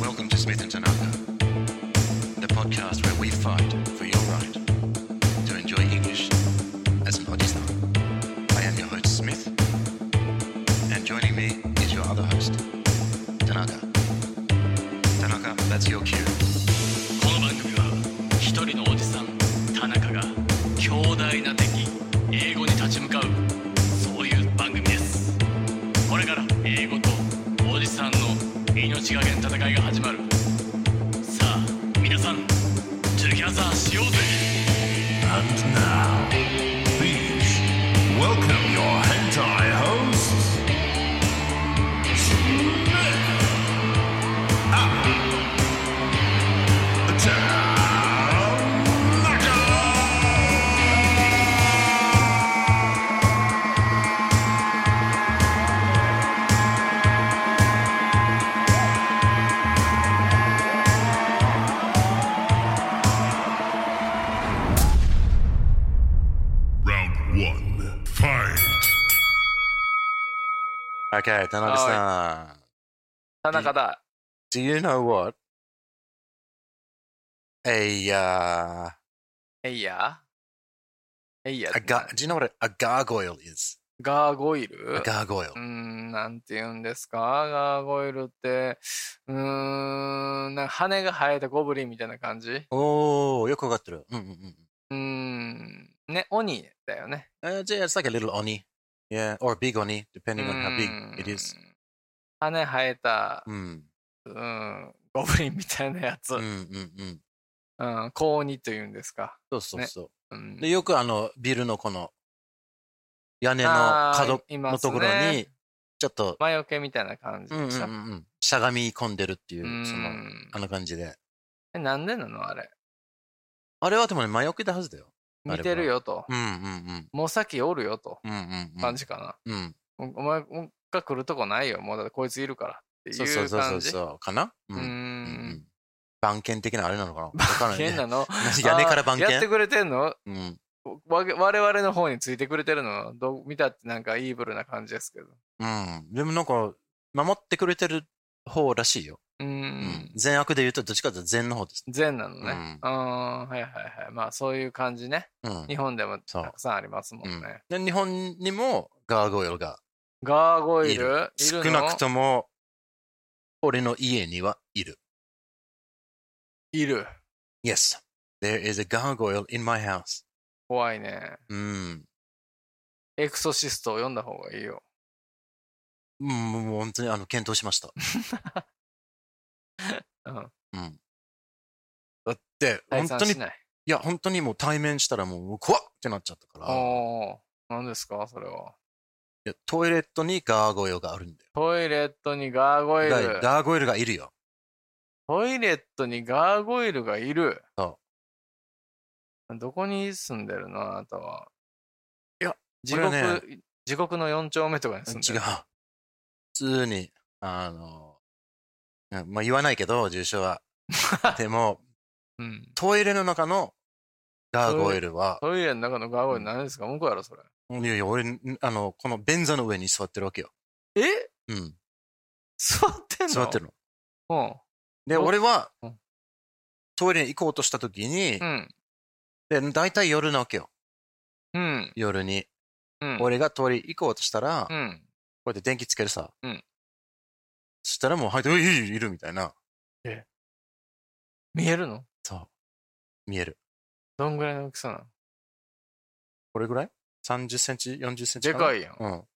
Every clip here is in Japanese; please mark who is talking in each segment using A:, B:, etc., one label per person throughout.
A: Welcome to Smith and Tanaka, the podcast where we fight for your right to enjoy English as an Odistan. I am your host, Smith, and joining me is your other host, Tanaka. Tanaka, that's your cue.
B: この番組は一人のおじさん田中が強大な敵英語に立ち向かうそういう番組ですこれから英語とおじさんの命がけの戦いが始まるさあ皆さんトゥギャザーしようぜ
C: And now, please welcome your hentai hosts, Smith and Tanaka. Round one, fight.
A: Okay, Tanaka-san.
D: 田中だ。
A: Do you know what a uh,
D: えいやえいや
A: a gar- do you know what a, a gargoyle is?
D: ガーゴイル
A: A gargoyle.
D: うーん、なんて言うんですかガーゴイルって、うーん、なんか羽が生えたゴブリンみたいな感じう
A: おー、Oh, よくわかってる。うんうんうん。
D: ーん、ね、鬼だよね。
A: Uh, yeah, it's like a little oni. Yeah, or a big oni,
D: うー
A: depending on how big
D: ん
A: it is.
D: 羽生えた、
A: Mm,
D: うーん、ゴブリンみたいなやつ。う
A: mm, mm, mm.
D: ん、高鬼と言うんですか。
A: そうそうそう。
D: うん
A: で、よくあの、ビルのこの、屋根の
D: あー
A: 角
D: いま
A: の
D: すね
A: ところに、ちょっと、
D: 魔除けみたいな感じ
A: うんうん
D: で
A: う
D: した。
A: んうんしゃがみ込んでるっていうう、その、
D: ん
A: あの感じで。
D: え、なんでなのあれ。
A: あれはでもね、魔除けたはずだよ。あれは
D: 似てるよと。
A: うんうんうん。
D: もう先おるよと。
A: うんうんうん。
D: 感じか
A: うん。
D: な。おお前が来るとこないよ。もうだってこいついるからっていう
A: そう
D: 感じ。
A: そうそうそうそう。かなう
D: うー。
A: ん。うんうんん番犬的なあれなのか なわからない
D: 変
A: ね。。
D: なの
A: 屋根から番犬
D: あーやってくれてんの
A: うん。
D: わ我々の方についてくれてるのどう見たってなんかイーブルな感じですけど。
A: うん。でもなんか、守ってくれてる方らしいよ。
D: うー。。
A: うん善悪で言うと、どっちかというと善の方ですね。
D: 善なの
A: う
D: ね
A: ん。
D: うーん。はいはいはい。まあそういう感じね。
A: うん。
D: 日本でも
A: そう
D: たくさんありますもんね。
A: で日本にもガーゴイルが
D: ガーゴイル
A: い
D: い
A: る
D: る
A: 少
D: の
A: なくとも俺の家にはいる。
D: いる。
A: Yes, there is a gargoyle in my house.
D: 怖いね。
A: うん。
D: エクソシストを読んだ方がいいよ。
A: うんもう本当にあの検討しました。
D: うん。
A: うん。だって、本
D: 退散
A: 当に、
D: し
A: い
D: ない。
A: や、本当にもう対面したらもう怖っってなっちゃったから、い
D: おお。何ですかそれは。
A: やトイレットにガーゴイルがあるんだよ。
D: トイレットにガーゴイ
A: ガ
D: ル
A: ー。ガーゴイルがいるよ。
D: トイレットにガーゴイルがいる。
A: そ
D: どこに住んでるのあなたは。
A: いや、
D: 地獄、
A: これは
D: 地獄の4丁目とかに住んで
A: 違
D: る
A: う。。普通に、あの、うんまあ言わないけど、住所 は。でも、
D: うん。
A: トイレの中のガーゴイルは、
D: トイレの中のガーゴイル何ですか向こうやろ、それ。
A: いやいや、俺、んあの、この便座の上に座ってるわけよ。
D: え
A: うん。
D: 座ってんの
A: 座ってるの。
D: の。
A: で、
D: お
A: 俺は
D: うん、
A: トイレに行こうとした時に
D: う、ん。
A: で、大体夜なわけよ。
D: うん。
A: 夜に。
D: うん。
A: 俺がトイレ行こうとしたら、
D: う
A: こ
D: ん。
A: うやって電気つけるさ。
D: うん
A: そしたらもう、はい、ういいいるみたいな。
D: 見えるの
A: そう。見える。
D: どんぐらいの大きさなの
A: これぐらい ?30 センチ ?40 センチ
D: で
A: かな
D: かいやん。
A: うん。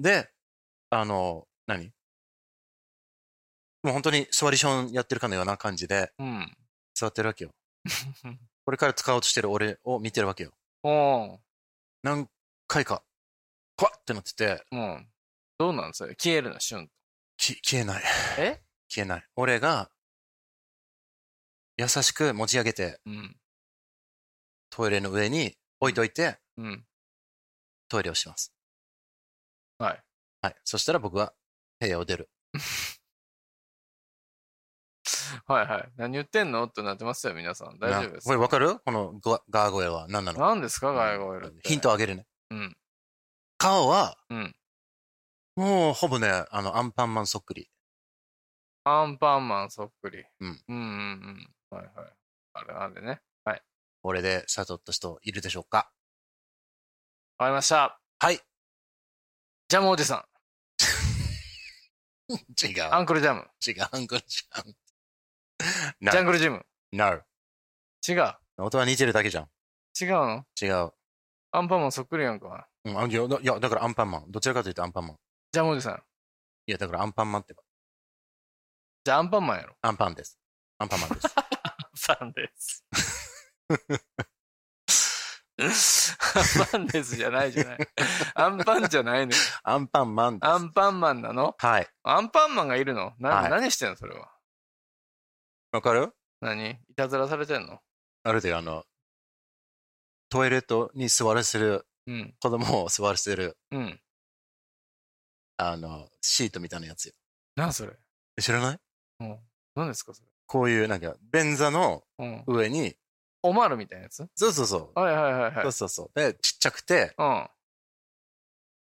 A: で、あの、何もう本当に座りションやってるかのような感じで
D: うん。
A: 座ってるわけよ。これから使おうとしてる俺を見てるわけよ。
D: うん。
A: 何回か、パッってなってて、
D: うん。どうなんそれ消えるの、瞬。
A: き消えない。
D: え
A: 消えない。俺が、優しく持ち上げて、
D: うん。
A: トイレの上に置いといて、
D: うん。
A: トイレをします。
D: はい。
A: はい。そしたら僕は、部屋を出る。
D: はいはい。何言ってんのってなってますよ、皆さん。大丈夫
A: な
D: です
A: こ。れわかるこのガガーゴイルは何なの
D: 何ですか、ガイゴイルって。
A: ヒント。あげるね。
D: うん。
A: 顔は、
D: うん。
A: もうほぼね、あの、アンパンマンそっくり。
D: アンパンマンそっくり。
A: うん。
D: うんうんうん。はいはい。あれ、あれね。はい。
A: 俺で悟った人いるでしょうか
D: わかりました。
A: はい。
D: ジャムおじさん。
A: 違う。
D: アンクルジャム。
A: 違う。アングルじゃん。
D: ジャ
A: No.
D: ングルジム。
A: No.
D: 違う。
A: 音は似てるだけじゃん。
D: 違うの
A: 違う。
D: アンパンマンそっくりやんか。
A: うん、あいやだいや、だからアンパンマン。どちらかというとアンパンマン。
D: ジャムおじさん。
A: いや、だからアンパンマンってば。
D: じゃあアンパン マンやろ。
A: アンパンです。アンパンマンです。
D: さんです。アンパンですじゃないじゃない。アンパンじゃないの。
A: アンパンマンです。
D: アンパンマンなの
A: はい。
D: アンパンマンがいるのな、
A: はい
D: 何してんのそれは。
A: わかる
D: 何いたずらされてんの
A: あるで、あの、トイレットに座らせる、
D: うん。
A: 子供を座らせる、
D: うん。
A: あの、シートみたいなやつよ。
D: 何それ
A: え知らない
D: 何ですかそ
A: こういう、なんか、便座の
D: れ。うん。
A: 上に、
D: オマールみたいなやつ
A: そうそうそう。
D: はいはいはいはい。
A: そうそうそう。で、ちっちゃくて、
D: うん。は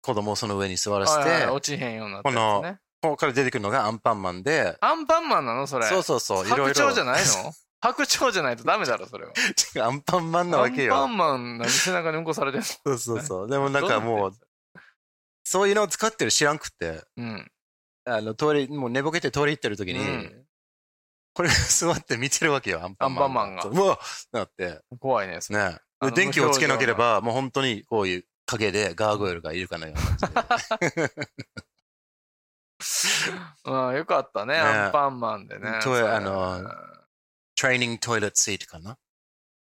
A: 子供をその上に座ら
D: い
A: せ
D: はいはい、
A: て、
D: 落ちへんようになってるやつね。
A: ここから出てくるのがアンパンマンで、
D: アンパンマンなのそれ。
A: そうそうそう、いろい
D: 白
A: ろ。
D: 鳥じゃないの 白鳥じゃないとダメだろ、それは。
A: 違うアンパン マンなわけ
D: ア
A: よ。
D: ンパンマン何背中にうんこされてんの
A: そうそうそう。でもなんかもう、
D: ど
A: そういうのを使ってる知らんくって、
D: うなってんの、
A: あの、通り、もう寝ぼけて通り行ってる時
D: う
A: に、
D: ん。
A: これ座って見てるわけよ、アンパンマン。
D: アンパンマン
A: が。うわなって、
D: うん。怖いね、それ。
A: ね
D: あの
A: 電気をつけなければ、もう本当にこういう影でガーゴイルがいるかのような感じで。
D: うん、よかったね、
A: ね
D: アンパンマンでね。
A: そう
D: れ
A: あのトレーニングトイレットシートかな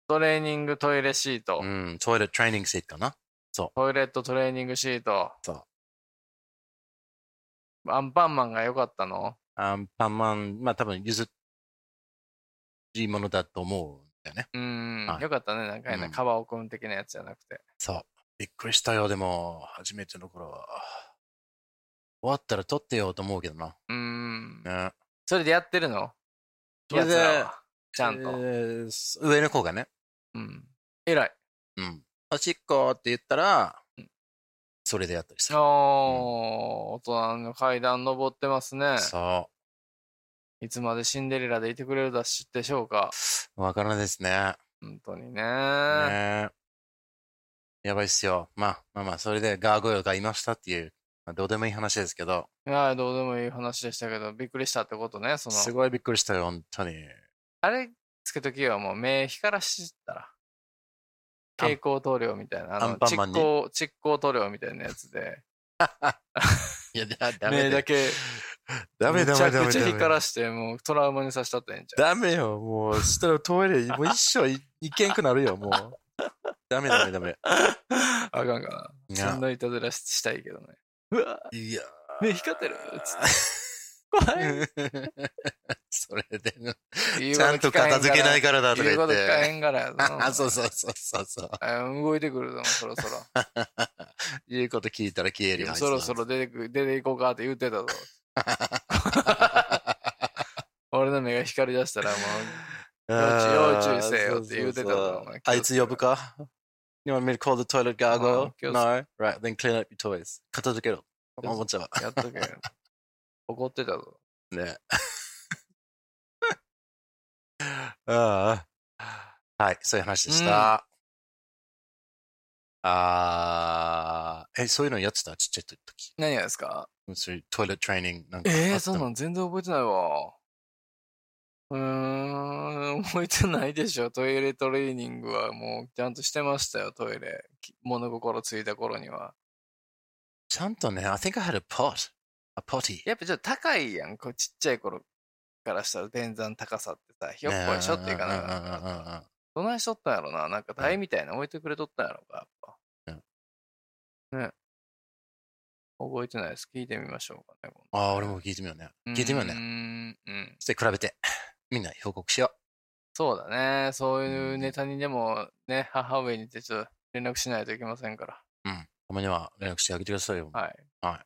D: トレーニングトイレシート、
A: うん、トイレットトレーニングシートかな
D: トイレットトレーニングシート。。
A: そう
D: アンパンマンが良かったの
A: アンパンマン、まあ多分譲りものだと思うんだよね。
D: うん、
A: はい
D: よかったね、なんか変な、
A: うん
D: カバオくん的なやつじゃなくて。
A: そう。びっくりしたよ、でも、初めての頃は。終わったら撮ってよと思うけどな。
D: うん。
A: ね。
D: それでやってるの
A: それで
D: 奴らはちゃんと。
A: えー上の子がね、
D: うん。偉い。
A: うん。おしっこって言ったら、それでやったりす
D: あ
A: る。
D: ー、大人の階段登ってますね。
A: そ
D: いつまでシンデレラでいてくれるだしでしょうか。
A: う。わからないですね。
D: 本当にね。
A: ねやばいっすよ。まあまあまあ、それでガーゴイルがいましたっていう、まあ、どうでもいい話ですけど、
D: いや、どうでもいい話でしたけど、びっくりしたってことね。そ
A: す
D: の、
A: ごいびっくりしたよ、本当に。
D: あれつけときはもう目光らしたら。蛍光塗料みたいな。あ
A: ア
D: の
A: ンパン
D: 蓄
A: マンに
D: 光、蓄光塗料みたいなやつで。
A: いや、だダ
D: 目
A: メだ
D: だけ、
A: ダメダメダメ
D: めちゃくちゃ
A: ダ
D: 光
A: メ。
D: らして、もうトラウマにさせたってええんちゃう
A: ダメよ、もう、そしたらトイレ、もう一生い行けんくなるよ、もう。ダメダメダメ。
D: あかんか
A: い
D: な。
A: や
D: そんないたずらししたいけどね。うわ
A: いや
D: 目光ってるつって。怖い。
A: それで、
D: ち
A: ちゃんと片付けないからだとか
D: 言う
A: 言
D: こ
A: っ
D: と聞か
A: て。
D: へんからやな
A: あ、そうそうそうそうそう。
D: あ動いてくるぞ、そ ろそろ。
A: 言うこと聞いたら消えるよ。あいつ
D: そ
A: は
D: ろそろ出てく、出ていこうかって言って たぞ。俺の目が光り出したらも要注意要注意せよって言うてたと思う
A: あいつ呼ぶか ?You want me to call the toilet gargoyle?
D: あ気をつけ
A: No? Right, then clean up your toys. 片付けろ。
D: 気をつけ
A: おもちゃは。
D: う、やっとけよ。怒ってたぞ。
A: ね。ああ。はい、そういう話でした。ああ。え、そういうのやってたちっちゃい時。
D: 何がですか
A: そういうトイレトレーニングなんかあったの。
D: ええそんなん全然覚えてないわ。うーん、覚えてないでしょ。トイレトレーニングはもうちゃんとしてましたよ、トイレ。き物心ついた頃には。
A: ちゃんとね、I think I had a pot. A potty.
D: やっぱちょっと高いやん。こうちっちゃい頃からしたら全然高さってさ、ひょっこりしょっていかなあかんから
A: うんうんうんうんうんうん
D: どないしとったんやろな。なんか台みたいなの置いてくれとったんやろか、やっぱ。ね覚えてないです。聞いてみましょうかね。
A: ああ、俺も聞いてみようね。聞いてみよう
D: う
A: ね。
D: ーん、うん。
A: そして比べ て、みんな報告しよ
D: そうだね。そういうネタにでもね、母上にてちょっと連絡しないといけませんから。
A: う。うん。たまには連絡してあげてくださいよ。
D: はい。
A: あ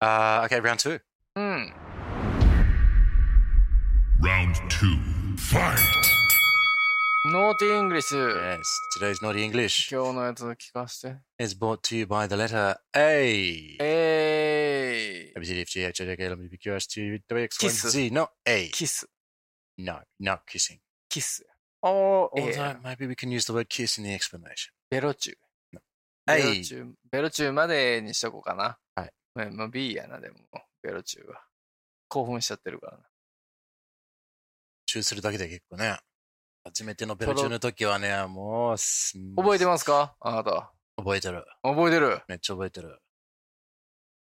A: あ、OK, round two.
D: うん。
C: Round two. Fight.
D: ノーティーイングリッシュ。
A: Yes, today's Naughty English
D: 今日のやつ聞かして。
A: is brought to you by the letter A.
D: えー
A: A, B, C, D, F, G, H, I, J, K, L, M, N, P, Q, R, S, T, U, W, X, Y,
D: Kiss.
A: Z. Not A.
D: キス。
A: No, not kissing.
D: キス。おー、えー
A: Although maybe we can use the word kiss in the explanation.
D: ベロチュー。ベロ
A: A.
D: チュー、ベロチューまでにしとこうかな。
A: はい。
D: まあ、まあ B やな、でも、ベロチューは。興奮しちゃってるからな。
A: チューするだけで結構ね。初めてのベロチューの時はね、もうす、
D: 覚えてますかあなた。
A: 覚えてる。
D: 覚えてる。
A: めっちゃ覚えてる。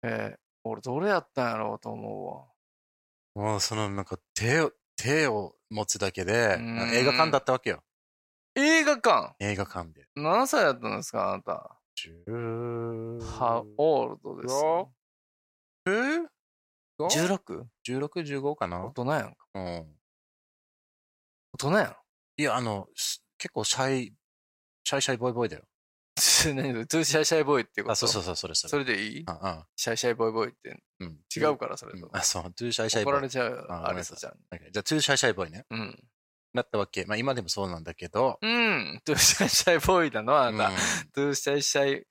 D: えー、俺どれやったんやろうと思
A: もうそのなんか手を、手を持つだけで、
D: うん
A: なんか映画館だったわけよ。
D: うわ。映画館
A: 映画館で。
D: 何歳だったんですかあなた。
A: 10…
D: ハオールドですよ。
A: 16
D: 16?
A: 16?15 か
D: 大
A: な
D: 人やんか。
A: うん。
D: 大人やん。
A: いや、あの、す結構シャイ、シャイシャイボイボイだよ。
D: 何普通シャイシャイボーイってこと
A: あ、そうそう
D: う。
A: そう、それそれ。
D: それでいい
A: うんうん
D: シャイシャイボーイボーイって。
A: うん、
D: 違うから、それ
A: う
D: と
A: ん。。あ、そう、トゥーシャイシャイボー
D: 怒
A: イ。
D: られちゃうよ、
A: あ
D: アリサちゃん。
A: OK じゃあ、トゥーシャイシャイボーイね。
D: うん。
A: なったわけ。まあ、今でもそうなんだけど。
D: うん。 トゥーシャイシャイボーイなの、あなた。
A: うん
D: トゥーシャイシャ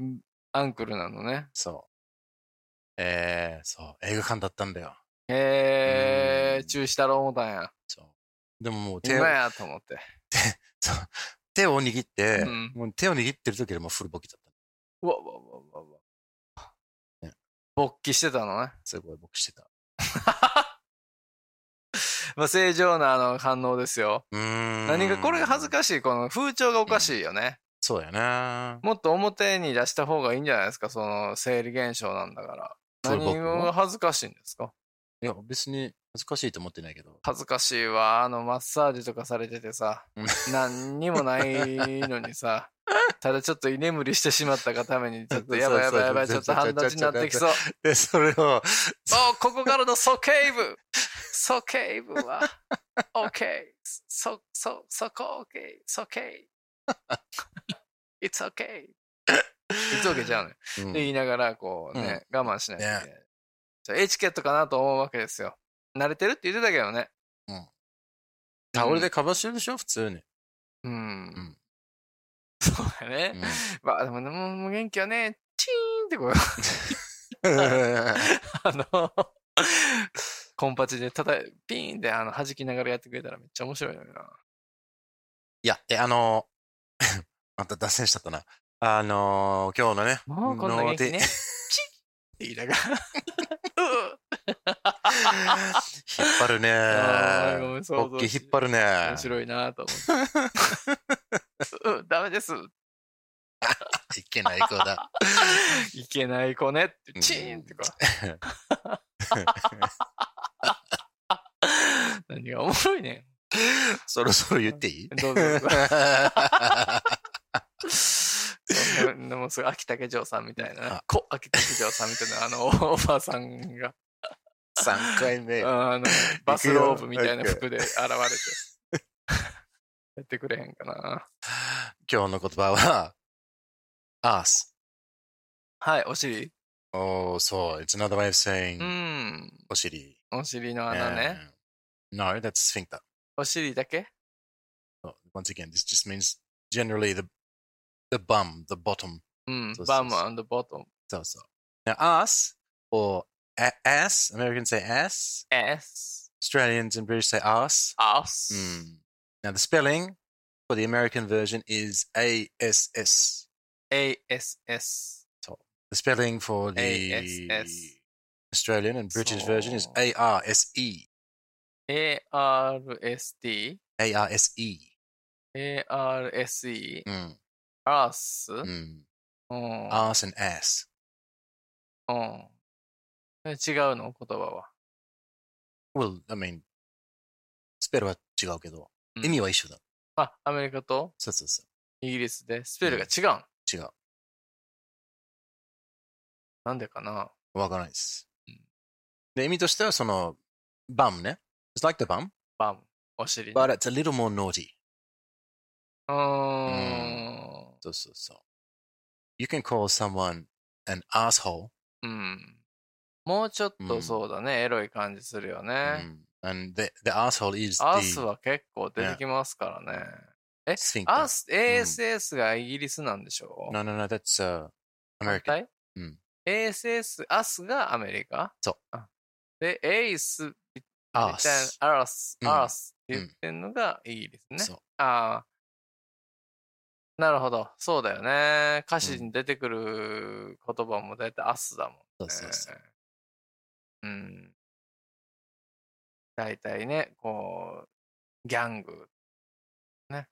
D: イんアンクルなのね。
A: そう。えー、そう、映画館だったんだよ。
D: へ
A: う
D: ー、
A: ん
D: 中止だろう思ったんや。
A: そう。でももう手を
D: 今、やと思って。
A: そう 手を握って、
D: うん
A: もう手を握ってる時でもうフルボキだった。
D: うわうわうわうわうわ
A: ね。
D: 勃起してたのね。
A: すごいボキしてた。
D: まあ正常なあの反応ですよ。
A: うーん。
D: 何かこれが恥ずかしい、この風潮がおかしいよね。
A: そうやな
D: もっと表に出した方がいいんじゃないですか、その生理現象なんだから。
A: そう僕
D: 何が恥ずかしいんですか
A: いや、別に恥ずかしいと思ってないけど。
D: 恥ずかしいわあのマッサージとかされててさ
A: うん
D: 何にもないのにさ ただちょっと居眠りしてしまったがためにちょっとやばいやばいやばいち
A: そ
D: ょ
A: う
D: っ
A: そうそう
D: と半立ちになって きそう
A: で、それを、
D: おここからの鼠径部鼠径部は OK そそそこ OK 鼠 径 It's OK It's OK じゃうねって
A: うん
D: 言いながらこうね、我慢しないといけない、じゃあエチケットかなと思うわけですよ慣れてるって言ってたけどね
A: うんタオルでかばしてるでしょ普通 に。
D: うん、
A: ん
D: そうだね
A: うん。
D: まあでも、ね、もうもう元気はね、チーンってこう、 あの、コンパチでたたいピーンってあの弾きながらやってくれたらめっちゃ面白いのよな。
A: いや、え、あの ーまた脱線しちゃったな。あのー今日のね、
D: もうこんな元気
A: ノーテ
D: ね。
A: ィ
D: チーンって言いな がら。
A: 引っ張るね
D: あー ごめん想像
A: ー。オッケ
D: し
A: ー引っ張るね
D: う
A: ー
D: ん面白い なと思って。 うん、ダメです。
A: いけない子だ。
D: いけない子ねって、チーンってこう。 何がおもろいね
A: そろそろ言っていい
D: ん。どうぞどうぞ。
A: あ
D: そんなもうすぐ秋竹城さんみたいな
A: あ、
D: こ秋竹城さんみたいな、あの、おばさんが、
A: 3回目。
D: あの、バスローブみたいな
A: 行く
D: 服で現れて、 やってくれへんかな。
A: 今日の言葉は、us.
D: はい、お尻。
A: Oh, so it's another way of
D: う
A: saying
D: ん、
A: お尻。
D: お尻の穴ね。
A: Yeah. No, that's sphincter.
D: お尻だけ
A: Oh, Once again, this just means generally the the bum, the bottom.
D: うん
A: そう、そう
D: バ
A: そう
D: ムボトム。
A: So so. Now us or a- ass, Americans say ass,
D: S、
A: Australians and British say ass.
D: アス。
A: Mm. Now the spelling for the American version is A S S.
D: ASS。
A: The spelling for the
D: ASS
A: Australian and British version is
D: So-
A: A R S E.
D: ARSD。
A: A R S E.
D: ARSE。
A: Mm,
D: アース。
A: mm.
D: ううん。
A: Arse and ass.
D: うん。え違うの言葉は。
A: Well, I mean, スペルは違うけど、
D: うん
A: 意味は一緒だ。
D: あ、アメリカと
A: そうそうそ
D: イギリスでスペルが違うん。
A: う。違う。
D: なんでかな
A: わからないです。で、意味としてはその、バムね。It's like the bum,
D: バム。お尻。
A: but it's a little more naughty.
D: うーん。
A: そうそうそう。You can call someone an asshole.
D: うん。もうちょっとそうだね。エロい感じするよね。
A: うん Mm. And the, the asshole is
D: アース
A: the
D: は結構出てきますからね。え
A: sphincter.
D: アース、ASS がイギリスなんでしょう
A: No, no, no, that's、uh, American.
D: はい
A: うん
D: ?ASS、アスがアメリカ
A: そう
D: う。あで、エイスみたいな
A: Arse.、
D: アラス、
A: うん
D: アラスって言ってんのがイギリスね。
A: そう。
D: ああ。なるほど。そうだよね。歌詞に出てくる言葉もだいたいアスだもんね。
A: そうそうそう。
D: うん。だいたいね、こう、ギャング。ね。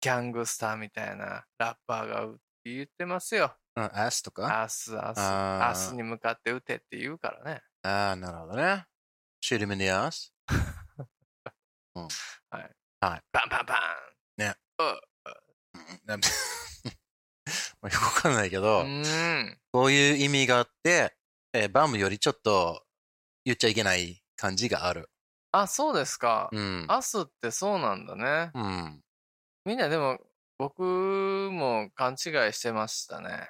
D: ギャングスターみたいなラッパーが言ってますよ。
A: あ ass とか
D: アス、アス、
A: あー
D: アスに向かって打てって言うからね。
A: ああ、なるほどね。Shoot him in the ass. うん
D: はい。
A: はい。
D: バンバンバン
A: うん まあよくわかんないけど、
D: うーん。
A: こういう意味があって、えーバムよりちょっと言っちゃいけない感じがある。
D: あ、そうですか。
A: うん。
D: アスってそうなんだね。
A: うん。
D: みんなでも、僕も勘違いしてましたね。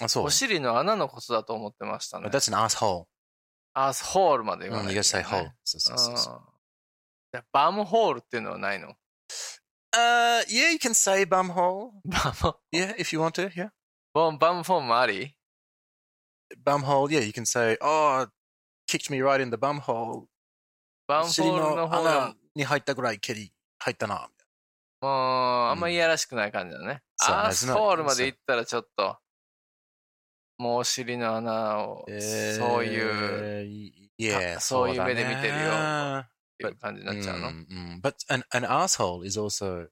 A: あ、そう。
D: お尻の穴のことだと思ってましたね。
A: That's an asshole.
D: アスホールまで
A: う
D: 言わ
A: ん、
D: ない、
A: you gotta say hole. そうそうそうそう。
D: あーじゃあバムホールっていうのはないの
A: Uh, yeah, you can say bum hole.
D: バム、
A: Yeah, if you want to, yeah.
D: バムバムフォームあり
A: Bum hole, yeah, you can say, oh, kicked me right in the bum hole.
D: バムホ
A: 尻
D: ールの
A: の
D: 方が
A: 穴、に入ったぐらい蹴り入ったな。
D: もう、あんまいやらしくない感じだね。
A: そう
D: アスホールまで行ったらちょっと、もうお尻の穴を、そういう、
A: いう。いや、
D: あそういう目で見てる
A: え
D: よ
A: ー
D: いう感じになっちゃうの、
A: んうん。But an, an asshole is also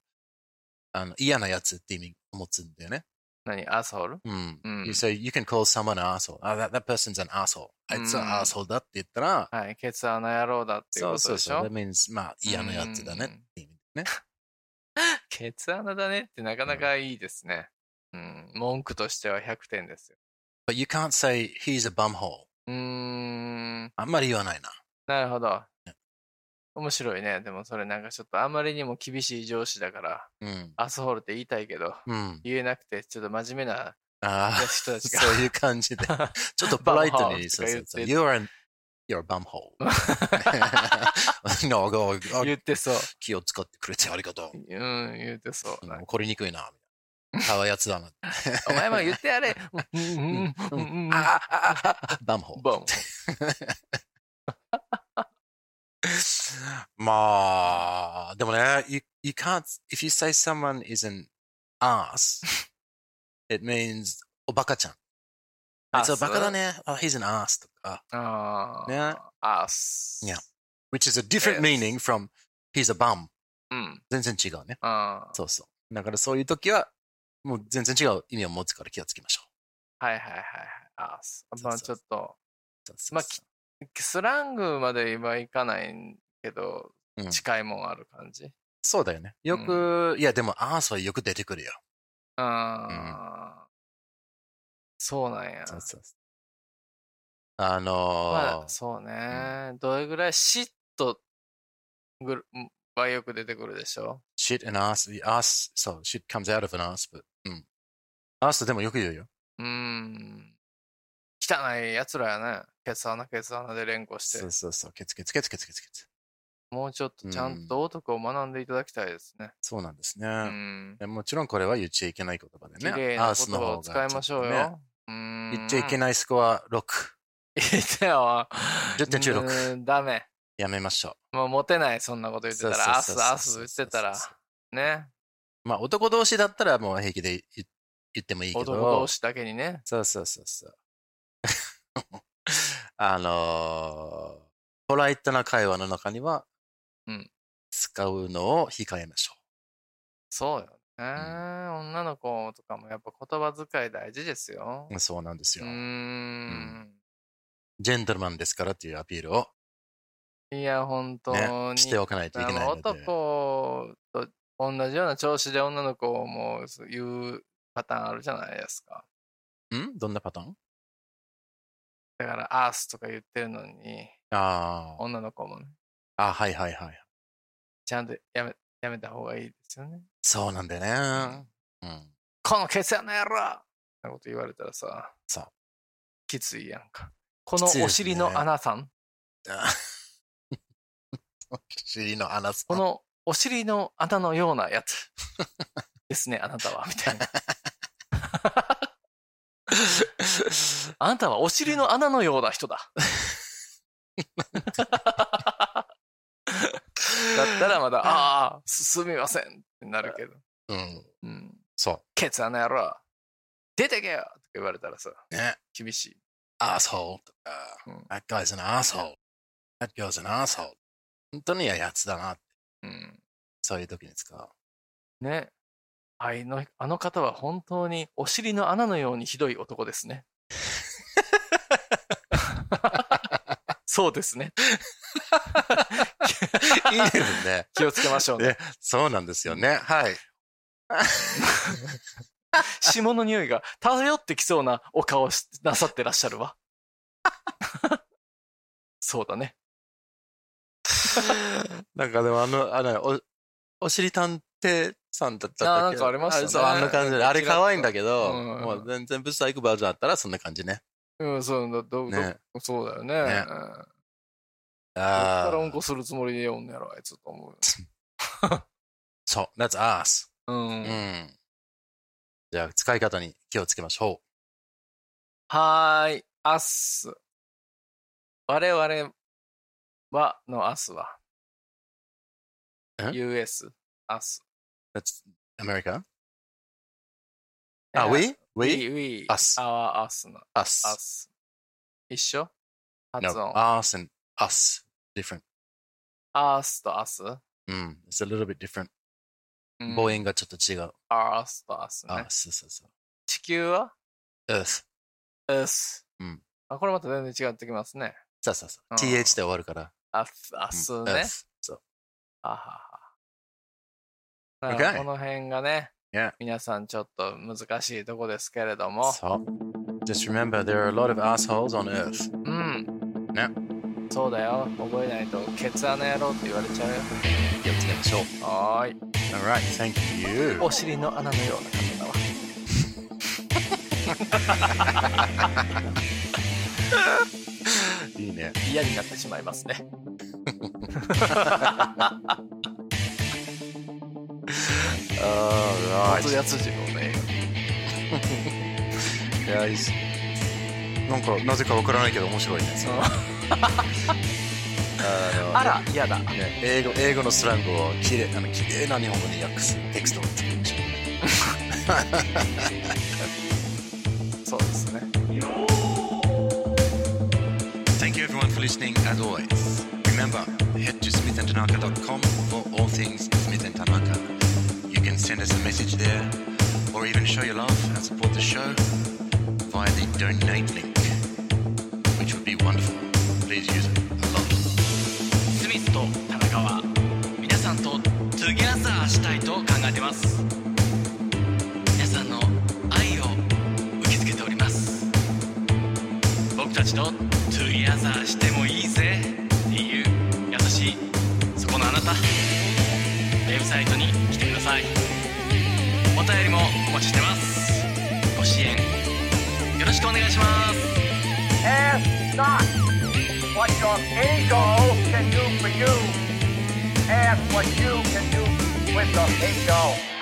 A: あの嫌なやつって意味を持つんだよね。
D: 何アスホール
A: うん。
D: うん
A: You say you can call someone an asshole. Ah, that, that person's an asshole. あいつは asshole だって言ったら、
D: はい、ケツ穴野郎だっていう
A: そ
D: こ
A: う
D: と
A: そ
D: で
A: う
D: し
A: そう。
D: ょ
A: That means まあ嫌なやつだねって意味だね。
D: ケツ穴だねってなかなかいいですね。うん、文句としては100点ですよ。
A: But you can't say he's a bumhole.
D: うーん、
A: あんまり言わないな。
D: なるほど。面白いね。でもそれなんかちょっとあまりにも厳しい上司だから、
A: うん。
D: アスホールって言いたいけど、
A: うん。
D: 言えなくて、ちょっと真面目な
A: ああ、
D: 人たちが
A: そういう感じ で。ちょっとポライトに、
D: Bumhole と
A: そ
D: か
A: うそ
D: 言っ
A: う
D: て
A: そう。You're an, you're a bumhole. no, go, go,
D: 言ってそう。
A: 気を使ってくれてありがとう。
D: うん、言ってそう。なんか
A: 怒りにくいな、みたいな。かわいやつだな。
D: お前も言ってやれ。 うんうんうんうんうん
A: ああああ バムホ。
D: ボン。
A: まあ、でもね、you, you can't, if you say someone is an ass, it means おバカちゃん。あいつはバカだね。あ、he's an ass とか、
D: ああ。
A: ね。
D: アス。
A: いや which is a different
D: Yes.
A: meaning from he's a bum.
D: うん。
A: 全然違うね。
D: あ
A: そうそう。だからそういう時は、もう全然違う意味を持つから気をつけましょう。
D: あ。はいはいはいはい。アス。まあちょっ
A: そう
D: と、
A: そうそう
D: まあきスラングまではいかないけど
A: う、ん
D: 近いもんある感じ。
A: そうだよね。よく、いやでもアースはよく出てくるよ。
D: ああ。そうなんや。
A: そうそうそうあのー
D: まあそうね。どれぐらい嫉妬ぐるはよく出てくるでしょ
A: shit and ass, the ass, そう、shit comes out of an ass, but, うん。ass でもよく言うよ。
D: うーん。汚いやつらやね。ケツ穴ケツ穴で連呼し
A: そ
D: て
A: う。そうそう、ケツケツケツケツケツケツ。
D: もうちょっとちゃんと男を学んでいただきたいですね。
A: そうなんですね。
D: うん。
A: もちろんこれは言っちゃいけない言葉
D: 綺
A: でね。
D: 麗
A: ア
D: な
A: ース
D: 言
A: の
D: 葉
A: 方
D: を
A: が
D: 使いましょう
A: ちっとね
D: よ。うーん
A: 言っちゃい けないスコア6。
D: 言ってよ。
A: 10点16
D: うーんダメ。
A: やめましょう。
D: もうモテない、そんなこと言ってたら。ア
A: そうそ
D: ス
A: うそう
D: アス言ってたら
A: そうそう。
D: ね。
A: まあ男同士だったらもう平気で言言ってもいいけど。
D: 男同士だけにね。
A: そうそうそうそう。 あのーポライトな会話の中には、
D: うん
A: 使うのを控えましょ
D: そうよ。えー女の子とかもやっぱ言葉遣い大事ですよ。
A: そうなんです
D: う
A: よ
D: ー。ん。
A: ジェントルマンですからっていうアピールを、
D: いや、本当に。
A: ね、しておかないといけないので。
D: 男と同じような調子で女の子をもう言うパターンあるじゃないですか。
A: んどんなパターン
D: だから、アースとか言ってるのに、
A: あー
D: 女の子もね、
A: あ、はいはいはい。
D: ちゃんとやめやめた方がいいですよね。
A: そうなんだよね。うん。
D: このケツやの野郎なこと言われたらさ、
A: そう
D: きついやんか。こ
A: き
D: の
A: ついですね
D: お尻の穴さん、
A: あ お尻の穴さん
D: このお尻の穴のようなやつですね、あなたは、みたいな。あなたはお尻の穴のような人だ。だったらまだ、ああ、すすみませんってなるけど、
A: うん。
D: うん、
A: そ
D: ケツ穴野郎、出てけよとか言われたらさ、
A: う。ね。
D: 厳しい。
A: asshole とか
D: うん、
A: that guy's an asshole, that girl's an asshole. 本当にいややつだなって、
D: うん、
A: そういう時に使う。
D: ね。あいのあの方は本当にお尻の穴のようにひどい男ですね。そうですね。
A: いいですね。
D: 気をつけましょうね。
A: ね、そうなんですよね。はい。
D: 霜の匂いが漂ってきそうなお顔をしなさってらっしゃるわ。そうだね。
A: なんかでもあの、あの、お、おしり探偵さんだった
D: あ
A: っ
D: な
A: け
D: んかありましたね
A: あそう、あんな感じで。あれ可愛いんだけど、
D: うん
A: もう全然ブサイクバージョンあったらそんな感じね。
D: うん、そうだ、ど、
A: ね
D: どそうだよね。
A: ね
D: うんどっ
A: あ
D: からうん
A: あ。
D: こするつもりで読んやろ、あいつと思う。
A: そう、that's us.
D: うん。
A: うん。じゃあ、使い方に気をつけましょ
D: はーい、アス。我々はのアスは
A: え
D: US、アス。
A: う。that's America? あ、we?
D: ?We,
A: we?
D: we,
A: us
D: our, us の
A: us.
D: us。一緒
A: No,
D: 発音。
A: us and us different.
D: us と us?
A: Mm, it's a little bit different.
D: うん
A: 母音がちょっと違う。
D: us と us ね
A: あ、。そうそうそう。
D: 地球は
A: Earth。
D: us。
A: うん
D: あこれまた全然違ってきますね。
A: そうそうそうう。
D: ん
A: th で終わるから。
D: us,
A: うん
D: us ね。
A: Mm, Earth そう。
D: あはは。だから
A: Okay.
D: この辺がね
A: Yeah.、
D: 皆さんちょっと難しいとこですけれども。
A: そう。Just remember, there are a lot of assholes on Earth.
D: うん。
A: ね。
D: そうだよ。覚えないと、ケツ穴野郎って言われちゃうよ。
A: 気をつけましょう。
D: はーい。
A: Alright, thank you.
D: お尻の穴のような方だわ。
A: いいね。
D: 嫌になってしまいますね。
A: Alright.
D: 夏やつじもね。
A: Guys. なんか、なぜかわからないけど面白いね。
D: うん
A: あの
D: あら、嫌だ。
A: ね、英語英語のスラングをきれいあのきれいな日本語に訳すテキストを作りましょう
D: そうですね。
A: Thank you everyone for listening as always. Remember, head to smithandtanaka.com for all things Smith and Tanaka. You can send us a message there or even show your love and support the show via the donate link, which would be wonderful. Please use it a lot.
B: スミスと田中は皆さんとトゥゲアザーしたいと考えてます皆さんの愛を受け付けております僕たちとトゥゲアザーしてもいいぜっていう優しいそこのあなたウェブサイトに来てくださいお便りもお待ちしてますご支援よろしくお願いします
E: Ask not what your ego can do for you. Ask what you can do with your ego.